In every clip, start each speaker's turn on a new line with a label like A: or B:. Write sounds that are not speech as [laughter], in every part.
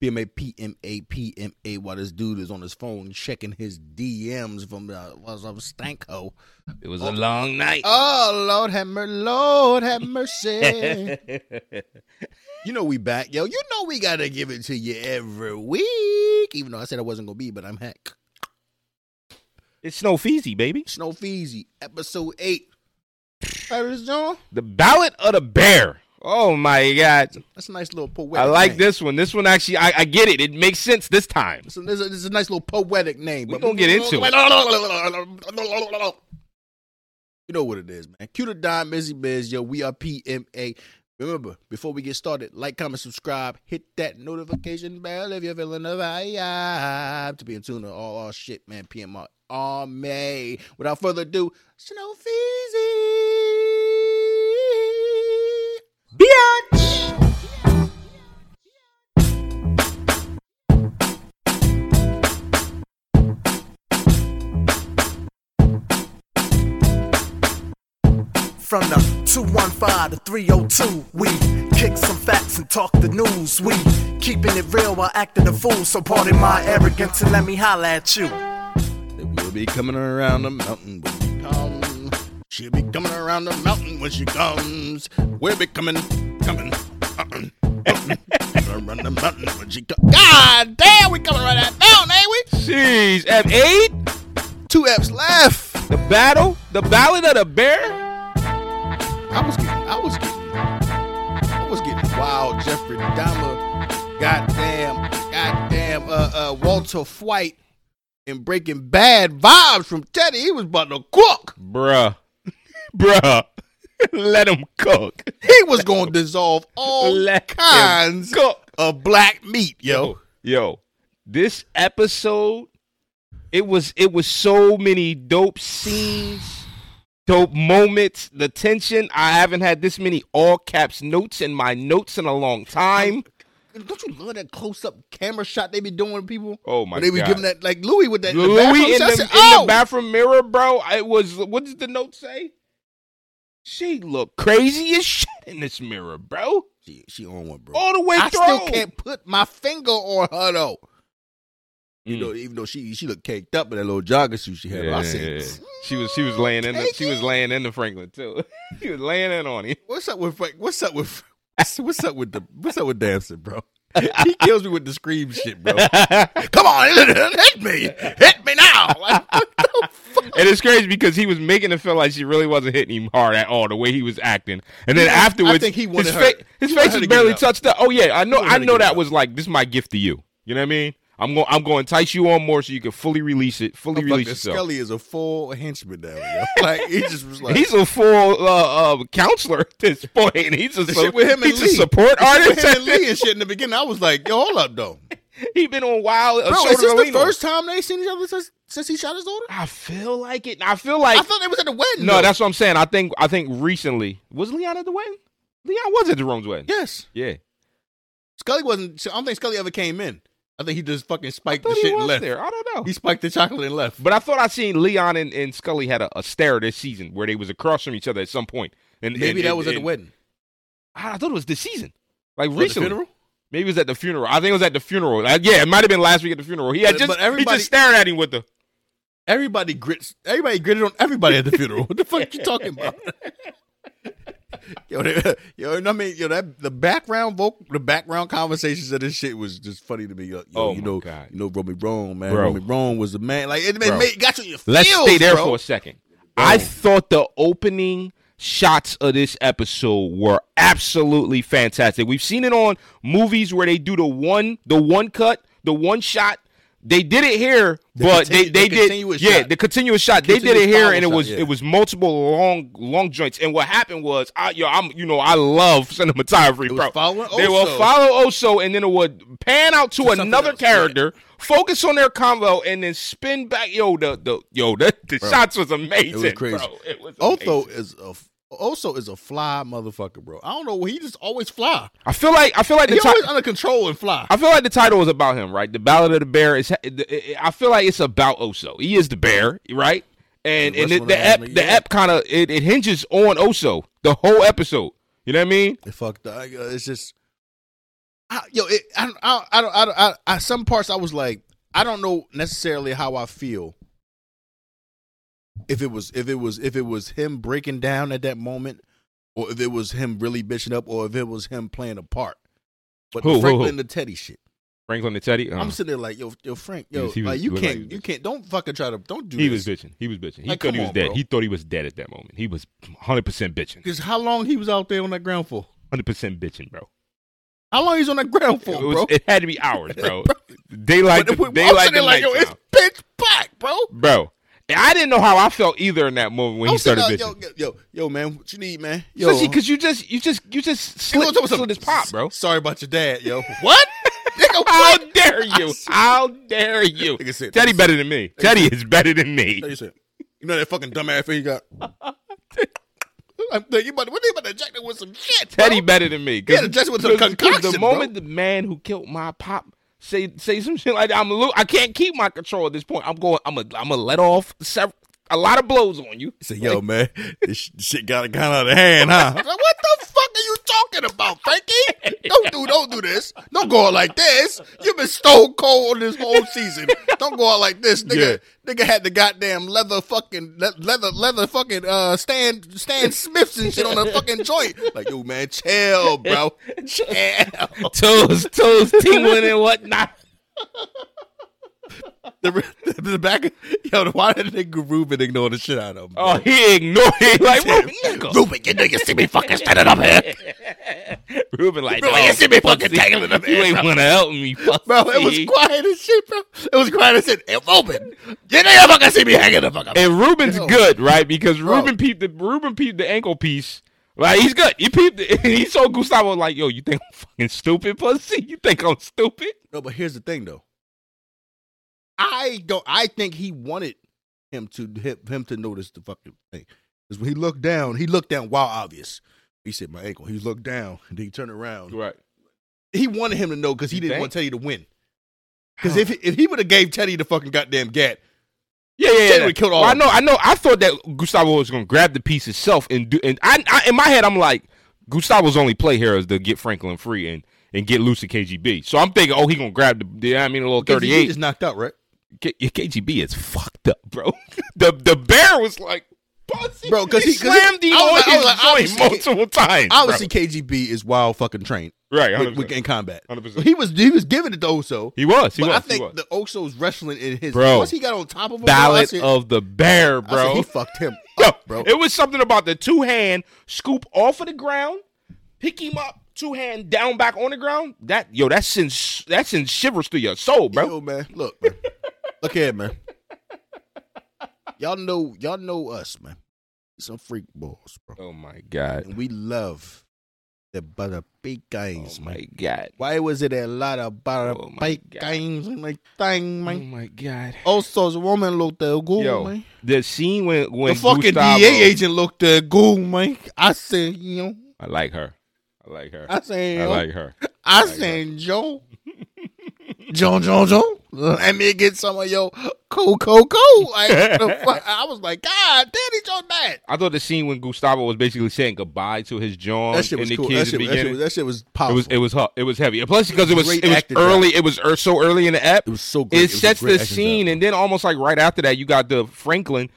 A: BMA PMA PMA while this dude is on his phone checking his DMs from uh, was up Stanko.
B: It was a long night.
A: Oh Lord have mercy, Lord have mercy. [laughs] you know we back, yo. You know we gotta give it to you every week, even though I said I wasn't gonna be, but I'm heck.
B: [laughs] it's Snow Feezy, baby.
A: Snow Feezy, episode eight. Paris John,
B: The Ballad of the Bear. Oh my God.
A: that's a nice little poetic.
B: I like
A: name.
B: this one. This one actually, I, I get it. It makes sense this time.
A: So this is, this is a nice little poetic name.
B: We
A: but-
B: gonna get into
A: it. You know what it is, man. Q to dime, busy biz, yo. We are PMA. Remember, before we get started, like, comment, subscribe, hit that notification bell if you're feeling the vibe to be in tune to all our shit, man. PMR Army. Without further ado, Snow Feezy.
C: From the 215 to 302, we kick some facts and talk the news. We keeping it real while acting a fool. So pardon my arrogance and let me holla at you.
A: We'll be coming around the mountain when she comes. She'll be coming around the mountain when she comes. We'll be coming, coming, coming, coming around the mountain when she comes. God damn, we coming around that mountain, ain't we?
B: Jeez, F8,
A: Two F's left.
B: the battle, the Ballad of the Bear.
A: I was getting, I was getting, I was getting wild. Jeffrey Dahmer, goddamn, goddamn, uh, uh, Walter White, and Breaking Bad vibes from Teddy. He was about to cook.
B: Bruh. [laughs] Bruh. [laughs] Let him cook.
A: He was gonna dissolve all
B: Let him
A: kinds
B: cook.
A: of uh, black meat, yo.
B: Oh, yo this episode it was it was so many dope scenes dope moments the tension i haven't had this many all caps notes in my notes in a long time
A: Don't you love that close up camera shot they be doing, people?
B: [laughs] Oh, my
A: When They be
B: God.
A: giving that like Louis with that. in the bathroom
B: louis in, the,
A: session.
B: in
A: oh!
B: the bathroom mirror bro it was what did the note say she looked crazy as shit in this mirror bro
A: She, she on one, bro.
B: all the way
A: I
B: through
A: still can't put my finger on her though. You
B: Mm.
A: know, even though she she looked caked up in that little jogger suit she had. on. I said,
B: she was she was laying in the,
A: Take
B: she was
A: it.
B: laying in the
A: [laughs]
B: franklin too she was laying in on him
A: "What's up with Frank? What's up with what's, what's up with the what's up with Damson, bro? He kills me with the scream shit,
B: [laughs]
A: bro. Come on, [laughs] hit me, hit me now. Like, what the fuck?
B: And it's crazy because he was making it feel like she really wasn't hitting him hard at all, the way he was acting. And then
A: I
B: afterwards,
A: think he wanted
B: his,
A: her- he wanted
B: his face
A: her
B: was
A: to get it
B: barely
A: up.
B: touched up. Oh yeah, I know,
A: wanted
B: I
A: her to
B: know
A: get it
B: that
A: up.
B: was like this is my gift to you. You know what I mean? I'm going, I'm going to entice you on more so you can fully release it, fully
A: Fucking
B: release yourself.
A: Scully is a full henchman now. Yo. [laughs] Like he just was like
B: He's a full uh, uh, counselor at this point. He's a,
A: the
B: su-
A: shit with him and
B: he's
A: Lee.
B: a support
A: The shit
B: artist.
A: with him and
B: [laughs]
A: Lee and shit in the beginning. I was like, yo, hold up though,
B: He's been on Wild. Uh,
A: bro.
B: Show
A: Is
B: to
A: this the
B: Reno.
A: first time they seen each other since since he shot his daughter?
B: I feel like it. I feel like
A: I thought they was at the wedding.
B: no.
A: though.
B: That's what I'm saying. I think I think recently was Leon at the wedding. Leon was at Jerome's wedding.
A: yes.
B: yeah.
A: Scully wasn't. I don't think Scully ever came in. I think he just fucking spiked
B: thought
A: the
B: he
A: shit and
B: was
A: left.
B: there. I don't know.
A: He spiked the chocolate and left.
B: but I thought I seen Leon and, and Scully had a, a stare this season where they was across from each other at some point. And
A: Maybe
B: and-
A: that
B: and-
A: was at
B: and-
A: the wedding.
B: I thought it was this season, like
A: Or the
B: recently.
A: funeral?
B: Maybe it was at the funeral. I think it was at the funeral. Like, yeah, it might have been last week at the funeral. He had
A: But-
B: just
A: but
B: he
A: everybody-
B: just staring at him with the.
A: Everybody grits. Everybody gritted on everybody at the funeral. What the fuck
B: [laughs]
A: you talking about? [laughs] yo, they, [laughs] yo, you know what I mean, yo, that the background vocal, the background conversations of this shit was just funny to me. Yo, yo,
B: Oh
A: you
B: my
A: know,
B: God.
A: you know, Romy Wrong, man.
B: Bro.
A: Romy Wrong was the man. Like it, it
B: Bro.
A: made, got you in your feels.
B: Let's stay there
A: bro.
B: for a second. I thought the opening shots of this episode were absolutely fantastic. We've seen it on movies where they do the one, the one cut, the one shot. They did it here, but
A: continu-
B: they, they
A: the
B: did
A: continuous
B: yeah
A: shot.
B: the continuous shot. they did it
A: Continuous
B: here,
A: follow
B: and it
A: shot,
B: was
A: yeah.
B: it was multiple long long joints. And what happened was, I yo, I'm you know I love cinematography,
A: It was
B: bro.
A: following
B: they will
A: Oso.
B: follow Oso, and then it would pan out to,
A: something
B: another
A: else, yeah.
B: character, focus on their combo, and then spin back. Yo, the the yo the, the shots was amazing.
A: It was crazy.
B: Bro. It was
A: Otho
B: amazing.
A: is a Otho is a fly motherfucker, bro. I don't know. He just always fly.
B: I feel like I feel like the
A: He
B: ti-
A: always under control and fly.
B: I feel like the title is about him, right? The Ballad of the Bear is. it- it- I feel like it's about Oso. He is the bear, right? And
A: The
B: and
A: rest
B: it,
A: of
B: the
A: them
B: app
A: has me-
B: the
A: yeah.
B: app kind of it, it hinges on Oso the whole episode. You know what I mean?
A: It fucked up. It's just I, yo, it, I, don't- I, I don't, I don't, I, I, some parts I was like, I don't know necessarily how I feel. If it was, if it was, if it was him breaking down at that moment, or if it was him really bitching up, or if it was him playing a part. But
B: Who,
A: the
B: who,
A: Franklin
B: who?
A: the Teddy shit.
B: Franklin the Teddy. uh,
A: I'm sitting there like, yo, yo, Frank, yo,
B: Yes, he was-
A: like you
B: looked like
A: can't,
B: he was
A: you can't, don't fucking try to, don't do
B: he
A: this.
B: was bitching. He was bitching. He
A: Like,
B: thought
A: come
B: he was
A: on,
B: dead.
A: bro.
B: He thought he was dead at that moment. He was 100 percent bitching.
A: Because how long he was out there on that ground for?
B: 100 percent bitching, bro.
A: How long he's on that ground [laughs] for,
B: it, was-
A: bro?
B: it had to be hours,
A: [laughs]
B: bro. daylight,
A: But if we-
B: to,
A: I'm
B: daylight
A: sitting
B: to
A: there like, yo,
B: nighttime.
A: it's pitch black, bro.
B: bro. And I didn't know how I felt either in that moment when
A: I'm
B: he started
A: sitting
B: bitching.
A: there, yo, yo, yo, yo, man, what you need, man? Yo,
B: Especially because you just, you just, you just
A: Hey, look,
B: slid,
A: what's up, what's up?
B: slid his pop, bro.
A: Sorry about your dad, yo. [laughs]
B: [laughs]
A: What? Nigga,
B: How
A: what? [laughs]
B: dare you? How dare you?
A: Nigga said-
B: Teddy better than me. Teddy is better than me.
A: Hey, you said, you know that fucking dumbass thing you
B: [laughs]
A: got? I'm thinking, you about, what they about to jack that with some shit, bro?
B: Teddy better than me. 'Cause-
A: Yeah, the Jets went to
B: 'cause-
A: concoction,
B: 'cause The
A: bro.
B: moment the man who killed my pop say say some shit like that, I'm lo- I can't keep my control at this point. I'm going. I'm a. I'm gonna let off several, a lot of blows on you.
A: He said, yo, man, this sh- shit got kind out of hand, huh? I'm like, what the fuck are you talking about, Frankie? Don't do, don't do this. Don't go out like this. You've been stone cold this whole season. Don't go out like this, nigga. Nigga had the goddamn leather fucking le- leather leather fucking uh Stan Stan Smiths and shit on the fucking joint. Like, yo, man, chill, bro, chill.
B: Toes, toes tingling and whatnot.
A: The, the back, yo, why did nigga Ruben ignore the shit out of him?
B: Oh, he ignored
A: [laughs]
B: it. Like, Ruben, nigga.
A: Ruben, you know you see me fucking standing up here.
B: Ruben, like,
A: Ruben,
B: no,
A: you see me fucking
B: pussy.
A: tangling up
B: You
A: here,
B: ain't
A: bro.
B: want to help me,
A: [laughs]
B: fuck
A: Bro, it was quiet as shit, bro. It was quiet as shit. It open. You nigga fucking see me hanging the fuck up.
B: And Ruben's
A: Yo.
B: good, right? Because
A: Bro.
B: Ruben peeped the Ruben peeped the ankle piece. Like he's good. He peeped. The, [laughs] he saw Gustavo like, yo, you think I'm fucking stupid, pussy? You think I'm stupid?
A: No, but here's the thing though. I don't. I think he wanted him to him, him to notice the fucking thing. Because when he looked down, he looked down. Wow, obvious. He said my ankle. He looked down. And then he turned around.
B: Right.
A: He wanted him to know because he
B: You
A: didn't
B: think?
A: want Teddy to win. Because if if he would have gave Teddy the fucking goddamn gat,
B: Yeah, yeah, yeah.
A: Teddy would've killed all
B: Well, I
A: of
B: know. I know. I thought that Gustavo was gonna grab the piece itself and do. And I, I in my head, I'm like, Gustavo's only play here is to get Franklin free and and get loose to KGB. So I'm thinking, oh, he gonna grab the. Yeah, I mean, a little thirty
A: he
B: eight.
A: just knocked out, right?
B: K- your KGB is fucked up, bro. [laughs] the the bear was like, pussy,
A: Bro, 'cause he- 'cause he-
B: slammed him
A: I was
B: on
A: like- I was
B: his
A: like,
B: joint
A: obviously-
B: multiple times. bro.
A: Obviously, KGB is wild fucking trained
B: right?
A: with,
B: 100%.
A: with, in combat.
B: 100%.
A: He was he was giving it to Oso.
B: he was, he
A: but
B: was,
A: I think
B: he was.
A: the Oso's wrestling in his
B: Bro.
A: once he got on top of him, bro, I
B: Ballad
A: said-
B: of the bear,
A: I said,
B: bro.
A: he fucked him
B: [laughs] Yo,
A: up, bro.
B: It was something about the two hand scoop off of the ground, pick him up, two hand down back on the ground. That yo, that sends that sends shivers through your soul, bro.
A: Yo, man, look, man. look here, man. Y'all know, y'all know us, man. We Some freak balls, bro,
B: oh my god,
A: and we love the butter big
B: oh
A: guys, man.
B: my god,
A: Why was it a lot of butter
B: Oh, my
A: big
B: God.
A: games and like thing,
B: oh
A: man?
B: my god.
A: Oso's woman looked a goo,
B: Yo,
A: man.
B: the scene when when
A: The fucking
B: Gustavo,
A: DA agent looked a goo, man. I said, you know,
B: I like her. I like her.
A: I said,
B: I
A: yo.
B: like her.
A: I
B: Like
A: seen Joe. Joe, Joe, Joe. Let me get some of your cool, cool, cool. Like,
B: [laughs]
A: the fuck? I was like, God, Daddy Joe mad.
B: I thought the scene when Gustavo was basically saying goodbye to his John
A: That shit was
B: Oh, and the
A: cool. That
B: kids
A: shit,
B: in the
A: that, shit was,
B: beginning.
A: that shit was
B: it
A: powerful.
B: was it was hot. It was heavy. And Plus, because it was
A: Great
B: it was
A: acting job.
B: early. It was er, so early in the app.
A: It was so
B: It,
A: great. It was a
B: sets
A: great
B: the
A: acting
B: scene,
A: job.
B: and then almost like right after that, you got the Franklin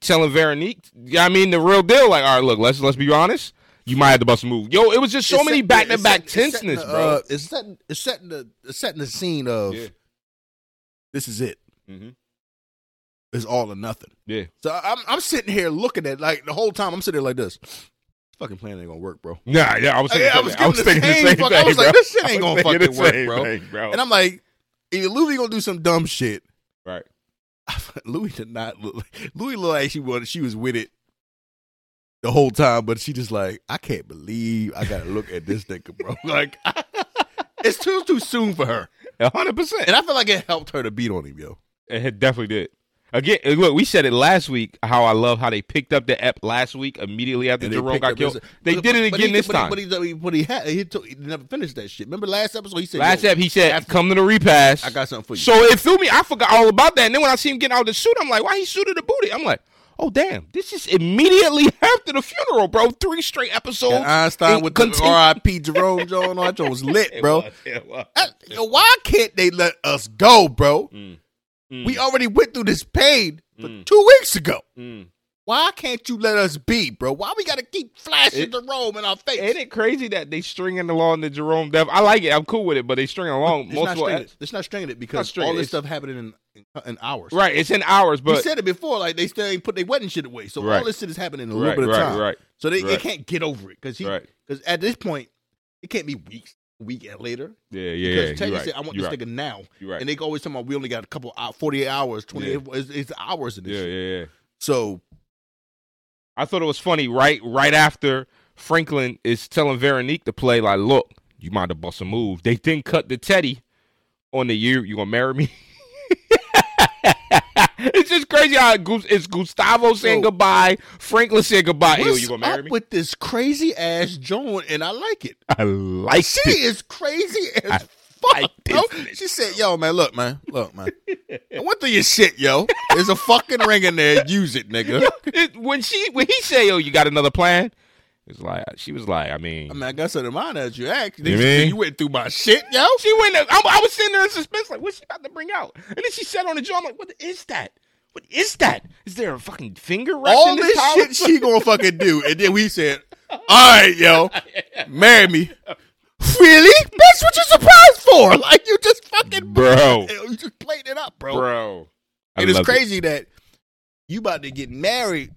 B: telling Veronique. I mean, the real deal. Like, all right, look, let's let's be honest. You might have to bust a move. Yo, it was just so
A: It's
B: many
A: setting-
B: back to
A: it's setting-
B: back
A: it's
B: tenseness,
A: setting the,
B: bro.
A: uh, it's setting, it's setting the, it's setting the scene of
B: Yeah.
A: this is it.
B: Mhm.
A: It's all or nothing.
B: Yeah,
A: So I- I'm, I'm sitting here looking at like the whole time. I'm sitting there like this. Fucking plan ain't gonna work, bro.
B: nah, yeah. I was, thinking
A: Uh, Yeah, I
B: the same
A: was
B: thing. I was
A: giving the
B: thinking the
A: same
B: same
A: fuck-
B: thing.
A: I was like,
B: bro.
A: this shit ain't
B: I was
A: gonna
B: thinking the
A: fucking work,
B: same thing, bro.
A: And I'm like, either Louis gonna do some dumb shit. [laughs]
B: right.
A: Louis did not look. Louis looked like she was she was with it the whole time, but she just like I can't believe I gotta look at this nigga, bro. [laughs] Like it's too too soon for her,
B: hundred percent.
A: and I feel like it helped her to beat on him, yo.
B: It had- definitely did. Again, and look, we said it last week how I love how they picked up the app last week immediately after
A: And they
B: Jerome
A: picked
B: got
A: up
B: killed.
A: his-
B: They
A: but-
B: did it
A: but
B: again
A: he-
B: this
A: but he-
B: time.
A: But he, but he, but he, had, he, took, he never finished that shit. Remember last episode he said
B: last
A: yo,
B: app, he said,
A: after-
B: "Come to the repass."
A: I got something for you.
B: So it threw me. I forgot all about that. And then when I see him getting out of the suit, I'm like, "Why he suited the booty?" I'm like, oh damn, this is immediately [laughs] after the funeral, bro. Three straight episodes.
A: That Einstein
B: and
A: with
B: continu- [laughs]
A: the R.I.P. Jerome Jones. That joint was lit,
B: It
A: bro. [laughs]
B: was, it was.
A: I- yo, why can't they let us go, bro?
B: Mm.
A: We already went through this pain for
B: Mm.
A: two weeks ago.
B: Mm.
A: Why can't you let us be, bro? Why we gotta keep flashing
B: It-
A: the Rome in our face?
B: Ain't it crazy that they stringing along the Jerome Dev? I like it. I'm cool with it, but they string along
A: it's,
B: multiple.
A: not stringing it. it's not stringing it because
B: stringing
A: all
B: it.
A: this
B: It's-
A: stuff happening in, in hours.
B: right, it's in hours,
A: You
B: but
A: said it before, like they still ain't put their wedding shit away. So all
B: Right.
A: this shit is happening in a
B: right,
A: little bit of
B: right,
A: time.
B: right,
A: So they, they
B: right.
A: can't get over it because
B: right.
A: because at this point it can't be weeks, a week later.
B: Yeah, yeah, yeah.
A: Because
B: you're
A: Taylor
B: right,
A: said, "I want
B: you're
A: this
B: right,
A: nigga now,"
B: You're right.
A: and they always talking about we only got a couple hours, forty-eight hours, twenty-eight. It's, it's hours in this.
B: yeah,
A: shit.
B: yeah, yeah.
A: So
B: I thought it was funny. Right, right after Franklin is telling Veronique to play, like, look, you might have bust a move. They then cut the Teddy on the year you gonna marry me. [laughs] it's just crazy how Gus- it's Gustavo saying
A: Yo.
B: goodbye. Franklin saying goodbye. Yo,
A: what's
B: you gonna marry
A: up
B: me?
A: with this crazy ass Joan? And I like it.
B: [laughs] I like
A: She
B: it.
A: is crazy as
B: I
A: fuck,
B: like
A: bro.
B: this bitch,
A: She said, "Yo, man, look, man, look, man. I went through your shit, yo. There's a fucking ring in there. Use it, nigga. [laughs]
B: It- [laughs] when she when he say, "Yo, you got another plan?" It's like she was like, I mean,
A: I mean, I got something in mind that you asked.
B: You mean?
A: You went through my shit, yo.
B: she went. There, I, I was sitting there in suspense, like, what's she about to bring out? And then she said on the jaw, I'm like, what is that? What is that? Is there a fucking finger? rest
A: all
B: in
A: this
B: towel?
A: shit she gonna fucking do. And then we said, all right, yo, marry me. Really? Bitch, what you surprised for? Like, you just fucking,
B: bro,
A: [laughs] you just played it up, bro.
B: [laughs] bro. I
A: it is
B: love
A: crazy that you about to get married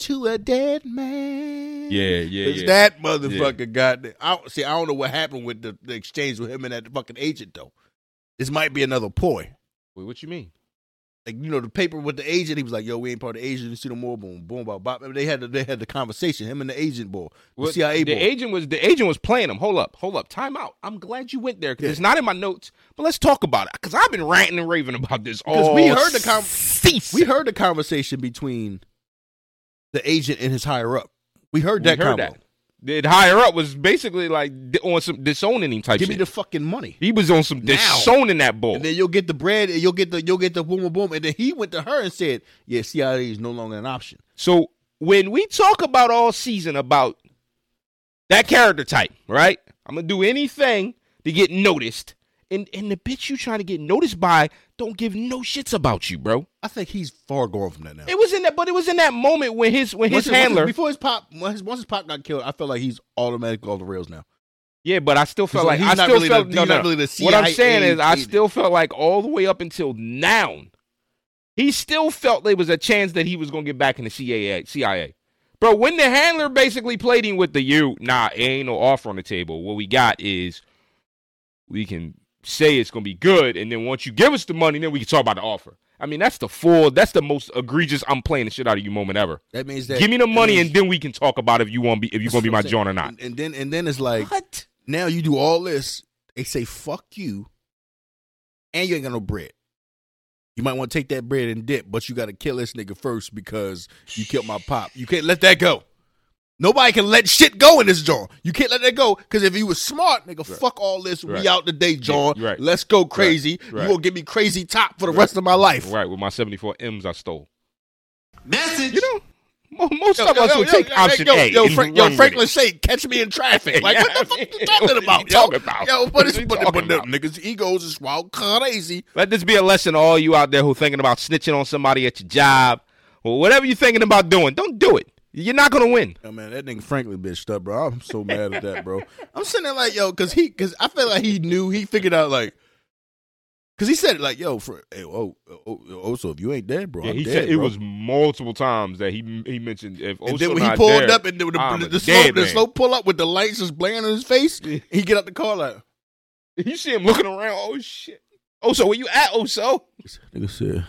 A: to a dead man.
B: Yeah, yeah,
A: It's
B: yeah.
A: that motherfucker goddamn. I, don't- see, I don't know what happened with the, the exchange with him and that fucking agent, though. This might be another ploy.
B: Wait, what you mean?
A: like you know the paper with the agent. He was like, "Yo, we ain't part of the agency no more." Boom, boom, boom, bop. They had the, they had the conversation. Him and the agent boy, the
B: What-
A: CIA
B: the
A: boy.
B: agent was the agent was playing him. Hold up, hold up, time out. I'm glad you went there because it's not in my notes, but let's talk about it because I've been ranting and raving about this all.
A: we heard the com-
B: cease.
A: we heard the conversation between the agent and his higher up. We heard
B: We
A: that
B: heard
A: combo.
B: that. The higher up was basically like di- on some disowning him type
A: Give me
B: shit.
A: the fucking money,
B: he was on some
A: Now.
B: disowning that ball.
A: and then you'll get the bread, and you'll get the you'll get the boom, boom, boom. And then he went to her and said, "Yeah, CIA is no longer an option."
B: so when we talk about all season about that character type, right? I'm gonna do anything to get noticed. And and the bitch you trying to get noticed by don't give no shits about you, bro.
A: I think he's far gone from that now.
B: It was in that, but it was in that moment when his when
A: Once
B: his handler.
A: before his pop, once his, once his pop got killed, I felt like he's automatically off the rails now.
B: Yeah, but I still felt
A: He's-
B: like
A: he's
B: I
A: not
B: still
A: really
B: felt
A: the-
B: no,
A: he's
B: no,
A: not really the
B: no. What I'm
A: CIA
B: saying is, I
A: agent.
B: still felt like all the way up until now, he still felt there was a chance that he was going to get back in the CIA. CIA, bro. When the handler basically played him with the you, nah, ain't no offer on the table. What we got is we can say it's going to be good, and then once you give us the money, then we can talk about the offer. I mean, that's the full. That's the most egregious. I'm playing the shit out of you moment ever.
A: That means that
B: Give me the
A: that
B: money,
A: means-
B: and then we can talk about if you want to be if you're
A: That's
B: going to be
A: what
B: my
A: I'm saying.
B: John or not.
A: And, and then and then it's like
B: What?
A: now you do all this. They say fuck you, and you ain't got no bread. You might want to take that bread and dip, but you got to kill this nigga first because you killed my pop. You can't let that go. Nobody can let shit go in this John. You can't let that go because if you was smart, nigga, fuck all this.
B: Right.
A: We out today, John.
B: Yeah, right.
A: Let's go crazy.
B: Right.
A: You gonna give me crazy top for the rest of my life.
B: Right, with my 74 M's I stole.
D: Message.
B: You know, mo- most
A: Yo,
B: of
A: yo,
B: us
A: yo,
B: will
A: yo,
B: take
A: yo,
B: option
A: yo,
B: A.
A: Yo,
B: and
A: Fra-
B: run
A: yo
B: with
A: Franklin
B: it.
A: Shake, catch me in traffic. Like,
B: Yeah,
A: what the
B: I
A: fuck
B: mean,
A: you talking
B: what [laughs] you
A: about?
B: talking
A: yo?
B: about?
A: Yo,
B: What
A: but it's
B: you
A: but,
B: talking
A: but them
B: about?
A: niggas' egos is wild crazy.
B: Let this be a lesson to all you out there who thinking about snitching on somebody at your job or whatever you're thinking about doing. Don't do it. You're not going to win.
A: Oh man, that nigga Franklin bitched up, bro. I'm so mad at that, bro. [laughs] I'm sitting there like, yo, cause he, cause I feel like he knew. He figured out like, cause he said it like, yo, for hey, oh, oh, oh, oh, so if you ain't dead, bro, I'm
B: he
A: dead,
B: said it
A: bro.
B: was multiple times that he he mentioned if
A: And then when he pulled up and the, the,
B: I'm
A: the,
B: a
A: the slow,
B: dead
A: the
B: man.
A: slow pull up with the lights just blaring in his face,
B: Yeah.
A: he get out the car like,
B: you see him looking around. Oh shit. Oh so where you at? Oh so.
A: Nigga said,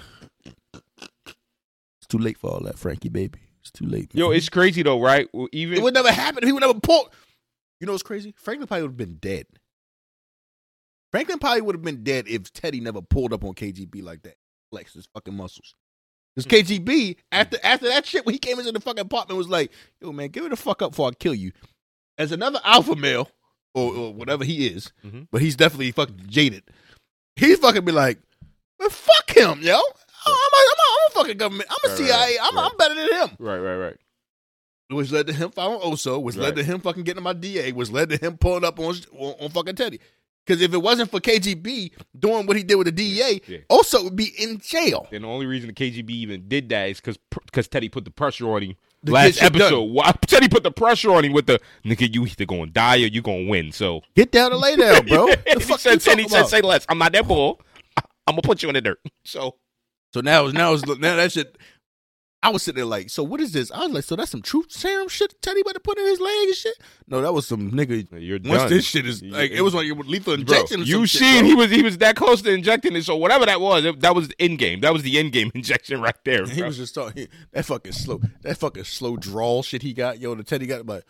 A: "It's too late for all that, Frankie, baby. It's too late."
B: Yo, it's crazy though, right? Well, Even
A: it would never happen. He would never pull. You know what's crazy? Franklin probably would have been dead. Franklin probably would have been dead if Teddy never pulled up on KGB like that, flexed his fucking muscles.
B: Hmm.
A: Because KGB after after that shit, when he came into the fucking apartment, was like, "Yo, man, give it the fuck up before I kill you." As another alpha male or, or whatever he is,
B: Mhm.
A: but he's definitely fucking jaded. He's fucking be like, "Man, fuck him, yo." Oh, I'm a, I'm a, I'm a fucking government. I'm a
B: Right,
A: CIA.
B: right,
A: I'm,
B: right.
A: I'm better than him.
B: Right, right, right.
A: Which led to him filing Oso. Which led
B: Right.
A: to him fucking getting my DA. Which led to him pulling up on on, on fucking Teddy. Because if it wasn't for KGB doing what he did with the DEA,
B: Yeah.
A: Oso would be in jail.
B: And the only reason the KGB even did that is because because Teddy put the pressure on him
A: To get
B: last
A: shit done.
B: episode. Why Teddy put the pressure on him with the nigga, you either gonna die or you gonna win. So
A: Get down and lay down,
B: [laughs]
A: bro. the
B: he
A: fuck
B: said,
A: you
B: and
A: talking
B: he said,
A: about?
B: say less. I'm not that bull. I- I'm gonna put you in the dirt. So
A: So now, now, it's- now that shit. I was sitting there like, so what is this? I was like, so that's some truth serum shit Teddy about to put in his leg and shit. No, that was some nigga.
B: You're
A: Once
B: done.
A: this shit is like, it was like your lethal injection. or
B: you
A: some shit,
B: seen
A: bro.
B: he was he was that close to injecting it. So whatever that was, it- that was the end game. That was the end game [laughs] injection right there.
A: He
B: bro.
A: was just talking that fucking slow, that fucking slow drawl shit he got. Yo, the Teddy got like,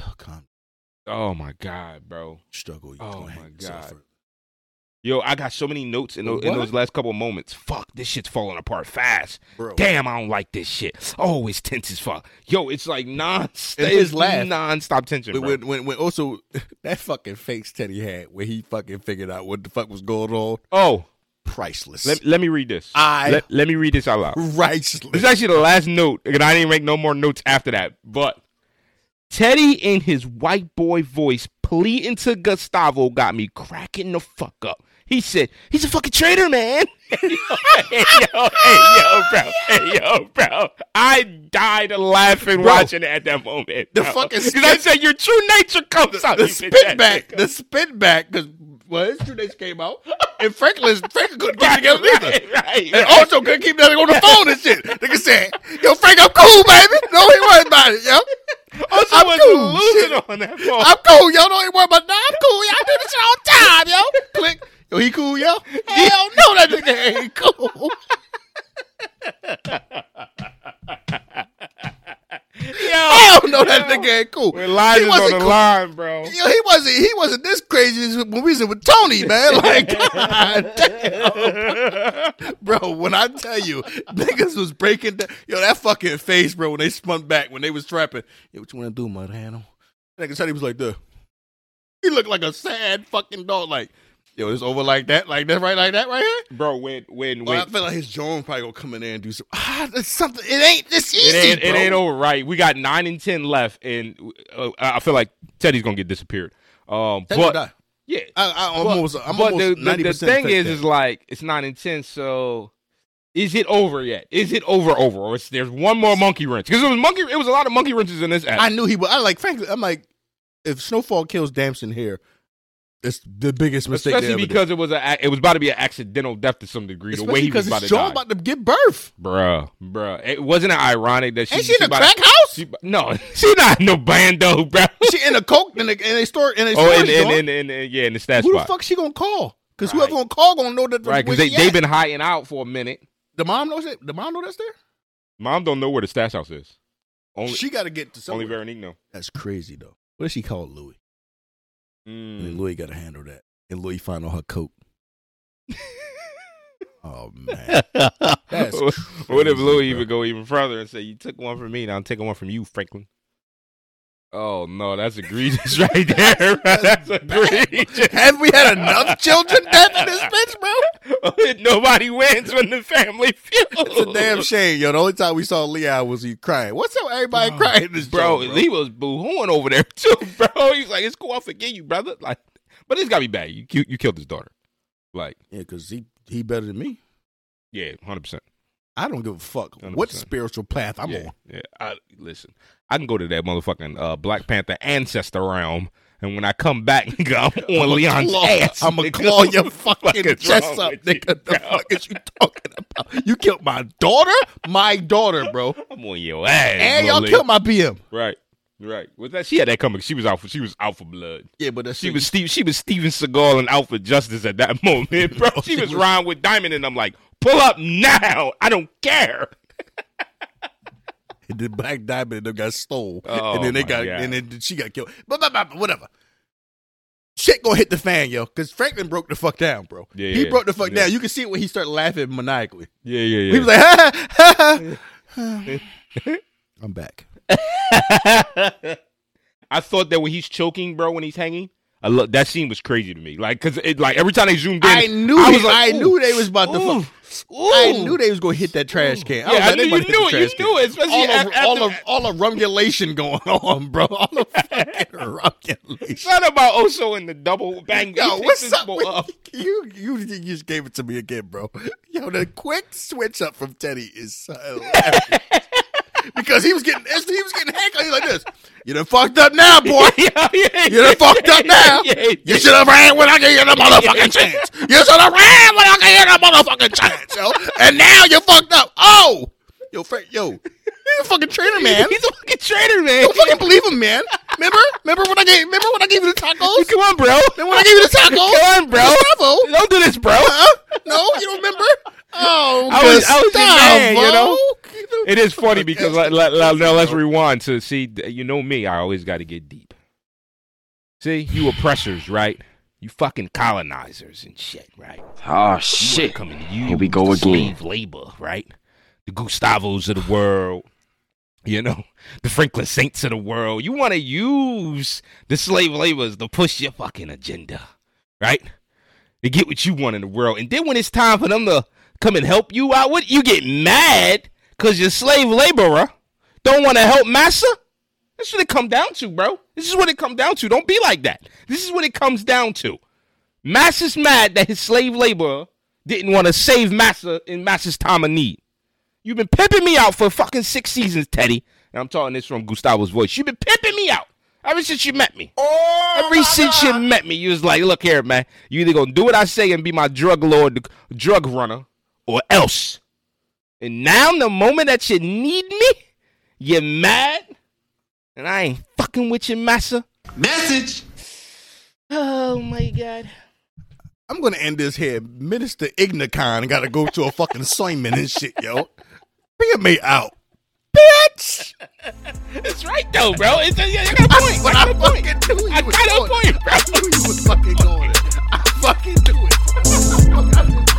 A: oh, calm,
B: oh my god, bro.
A: struggle. You
B: Oh,
A: gonna
B: my
A: hang yourself
B: God.
A: first.
B: Yo, I got so many notes in, tho- in
A: What?
B: those last couple of moments. Fuck, this shit's falling apart fast.
A: Bro.
B: Damn, I don't like this shit. Always tense as fuck. Yo, it's like non-stop.
A: And his laugh.
B: non-stop tension.
A: When,
B: Bro.
A: when, when, when also [laughs] that fucking face Teddy had where he fucking figured out what the fuck was going on,
B: oh,
A: priceless,
B: let, let me read this.
A: I-
B: let, let me read this out loud. This
A: priceless.
B: [laughs] is actually the last note, and I didn't make no more notes after that. But Teddy in his white boy voice pleading to Gustavo got me cracking the fuck up. He said, "He's a fucking traitor, man." [laughs] hey, yo, hey, yo, bro, hey, yo, bro. I died laughing watching it at that moment.
A: The
B: bro.
A: fucking
B: 'Cause I
A: spit-
B: said your true nature comes out.
A: the
B: you bitch-ass
A: spit back,
B: nigga.
A: the spit back, because well, his two days came out, and Franklin's Franklin couldn't keep it together
B: [laughs] Right,
A: either.
B: right,
A: And
B: right.
A: also couldn't keep nothing on the phone and shit. Nigga said, "Yo, Frank, I'm cool, baby. Don't even worry about it, yo."
B: Also
A: I'm
B: was
A: cool,
B: losing
A: shit.
B: on that ball. [laughs]
A: I'm cool, yo. Don't even worry about that. I'm cool. Y'all do this shit all the time, yo. Click. Yo, he cool, yo. Hell no, that nigga ain't cool.
B: Yo,
A: Hell no, that nigga ain't cool.
B: we're lying
A: He
B: on
A: wasn't
B: the
A: cool.
B: line, bro.
A: Yo, he wasn't. He wasn't this crazy as when we was with Tony,
B: [laughs]
A: man. Like, God damn. bro. When I tell you, niggas was breaking down. Yo, that fucking face, bro. When they spun back, when they was trapping. Yo, what you want to do, mud handle? Nigga said he was like the. He looked like a sad fucking dog. Like, yo, it's over like that, like that, right, like that, right here.
B: [laughs] Bro, when when
A: Well,
B: when
A: I feel like his Jones probably gonna come in there and do some. Ah, that's something. It ain't this easy,
B: it ain't it
A: bro.
B: ain't over right. We got nine and ten left, and uh, I feel like Teddy's gonna get disappeared. Um,
A: Teddy
B: but
A: gonna die.
B: yeah,
A: I, I
B: but,
A: almost. I'm
B: but
A: almost
B: the, the, the
A: 90%
B: thing
A: think
B: is,
A: that.
B: is like it's nine and ten. So is it over yet? Is it over over? Or is there's one more monkey wrench? Because it was monkey. It was a lot of monkey wrenches in this app.
A: I knew he would. I like, frankly, I'm like, if Snowfall kills Damson here, it's the biggest mistake.
B: Especially
A: they ever did.
B: because it was a it was about to be an accidental death to some degree. the
A: especially
B: way he was
A: because
B: about
A: his
B: to
A: jaw
B: die,
A: about to give birth.
B: bruh, bruh. It wasn't it ironic that she
A: Ain't she in a
B: about
A: crack
B: to,
A: house?
B: she, no, [laughs] she not in no bando, bro.
A: she in a coke in a, in a store in a
B: Oh,
A: storage
B: and, and,
A: dog.
B: and, and, and- yeah, in the stat
A: Who the
B: spot.
A: fuck she gonna call? Because
B: Right.
A: whoever gonna call gonna know that.
B: Right,
A: where
B: because they
A: she
B: they've
A: at.
B: been hiding out for a minute.
A: The mom knows it. The mom know that's there.
B: Mom don't know where the stash house is. Only
A: she got to get to
B: only
A: somewhere.
B: Veronique know.
A: that's crazy though. What does she call Louis?
B: Hmm.
A: And then Louis got to handle that. And Louis find on her coat. oh man, that's [laughs]
B: what if
A: crazy,
B: Louis
A: bro.
B: even go even further and say, "You took one from me, now I'm taking one from you, Franklin." Oh no, that's egregious [laughs] right there. That's, egregious. [laughs]
A: Have we had enough children death in this bitch, bro?
B: Nobody wins when the family feels.
A: It's a damn shame, yo. The only time we saw Leon was he crying. What's up, everybody crying in this
B: bro,
A: joint,
B: Lee was boohooing over there [laughs] too, bro. He's like, "It's cool, I forgive you, brother." Like, but it's gotta be bad. You you, you killed his daughter. Like,
A: Yeah, because he he better than me.
B: yeah, hundred percent.
A: I don't give a fuck
B: 100%.
A: what spiritual path I'm
B: yeah,
A: on.
B: Yeah, I, listen, I can go to that motherfucking uh, Black Panther ancestor realm, and when I come back, [laughs]
A: [laughs]
B: nigga, I'm on
A: I'ma
B: Leon's
A: claw-
B: ass.
A: I'ma
B: nigga.
A: claw your
B: What the
A: fucking
B: fuck is
A: chest
B: wrong
A: up,
B: with
A: nigga.
B: you,
A: the
B: bro?
A: fuck is you talking about? You killed my daughter, my daughter, bro,
B: I'm on your ass.
A: and y'all
B: Lil'
A: killed my PM.
B: Right, right. Was that she had that coming? She was out for. She was out for blood.
A: Yeah, but that's
B: She was Steve. She was Steven Seagal and Alpha Justice at that [laughs]
A: [laughs]
B: moment, bro.
A: Bro,
B: She
A: she
B: was
A: was-
B: riding with Diamond, and I'm like, pull up now. I don't care.
A: [laughs] the black diamond and them got stole,
B: Oh,
A: and then they
B: my
A: got
B: God.
A: and then she got killed. But, but, but, but whatever. Shit gonna hit the fan, yo, because Franklin broke the fuck down, bro.
B: Yeah,
A: he
B: yeah,
A: broke the fuck
B: yeah.
A: down. You can see it when he started laughing maniacally.
B: Yeah, yeah, yeah.
A: He was like, [laughs] ha, ha, ha, ha.
B: [laughs]
A: I'm back.
B: I thought that when he's choking, bro, when he's hanging, I look that scene was crazy to me. Like, cause it like every time they zoomed in,
A: I knew,
B: I
A: I,
B: was like,
A: I
B: ooh,
A: knew they was about
B: ooh.
A: to fuck. I
B: Ooh.
A: knew they was gonna hit that trash can.
B: Yeah,
A: was like,
B: I
A: they
B: knew
A: about
B: you
A: to hit the
B: knew it. You
A: trash
B: knew
A: can.
B: it, especially
A: All of,
B: af- after.
A: all of all of rumulation going [laughs] on, bro. All
B: [laughs]
A: of fucking
B: it's
A: rumulation.
B: not about Oso and the double bang.
A: Yo,
B: He picks
A: what's
B: this
A: up?
B: ball
A: With,
B: up. [laughs]
A: [laughs] You, you you just gave it to me again, bro. Yo, the quick switch up from Teddy is hilarious because he was getting he was getting heckled. He's like this. You done fucked up now, boy.
B: [laughs] yeah, yeah,
A: You done fucked up now.
B: [laughs] Yeah, yeah,
A: You should have ran when I gave
B: [laughs]
A: you the motherfucking chance. You should have ran when I gave you the motherfucking chance, yo. And now you fucked up. Oh, yo, Frank, yo, he's a fucking
B: [laughs]
A: trainer, man.
B: He's a fucking traitor, man.
A: Don't fucking believe him, man. Remember, remember when I gave, remember when I gave you the tacos?
B: Come on, bro.
A: Remember when I gave you the tacos?
B: Come on, bro.
A: Bravo. Uh-huh.
B: Don't do this, bro.
A: Huh? [laughs] No, you don't remember? Oh,
B: I was- I was your man, you know?
A: Gustavo.
B: It is funny because let, let, let- now let's rewind to see. th- You know me, I always got to get deep. See, you oppressors, right? You fucking colonizers and shit, right?
D: Oh
B: You
D: shit.
B: Coming to you.
D: Here we go again.
B: Slave labor, right? The Gustavos of the world. You know, the Franklin Saints of the world. You want to use the slave labors to push your fucking agenda, right? To get what you want in the world. And then when it's time for them to come and help you out with, you get mad because your slave laborer don't want to help massa. That's what it come down to, bro. This is what it come down to. Don't be like that. This is what it comes down to. Massa's mad that his slave laborer didn't want to save Massa in Massa's time of need. You've been pimping me out for fucking six seasons, Teddy. And I'm talking this from Gustavo's voice. You've been pimping me out ever since you met me. ever since you met me, you was like, look here, man. You either gonna do what I say and be my drug lord, drug runner, or else. And now, the moment that you need me, you're mad, and I ain't fucking with you, Massa.
D: Message.
B: [sighs] Oh my god.
A: I'm gonna end this here. Minister Ignakan gotta go to a fucking assignment and shit, yo. PMA out. Bitch!
B: It's right though, bro. It's you got a
A: That's
B: point.
A: what
B: I
A: I
B: got a point.
A: fucking do.
B: I got a point, bro.
A: I knew you was fucking going. I fucking do it.
B: [laughs]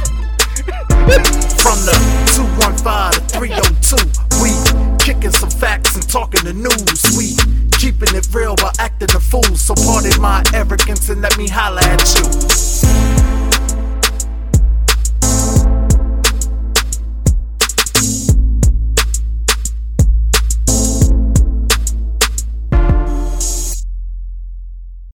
C: From the 215 to 302, we kicking some facts and talking the news. We keeping it real while acting a fool. So pardon my arrogance and let me holler at you.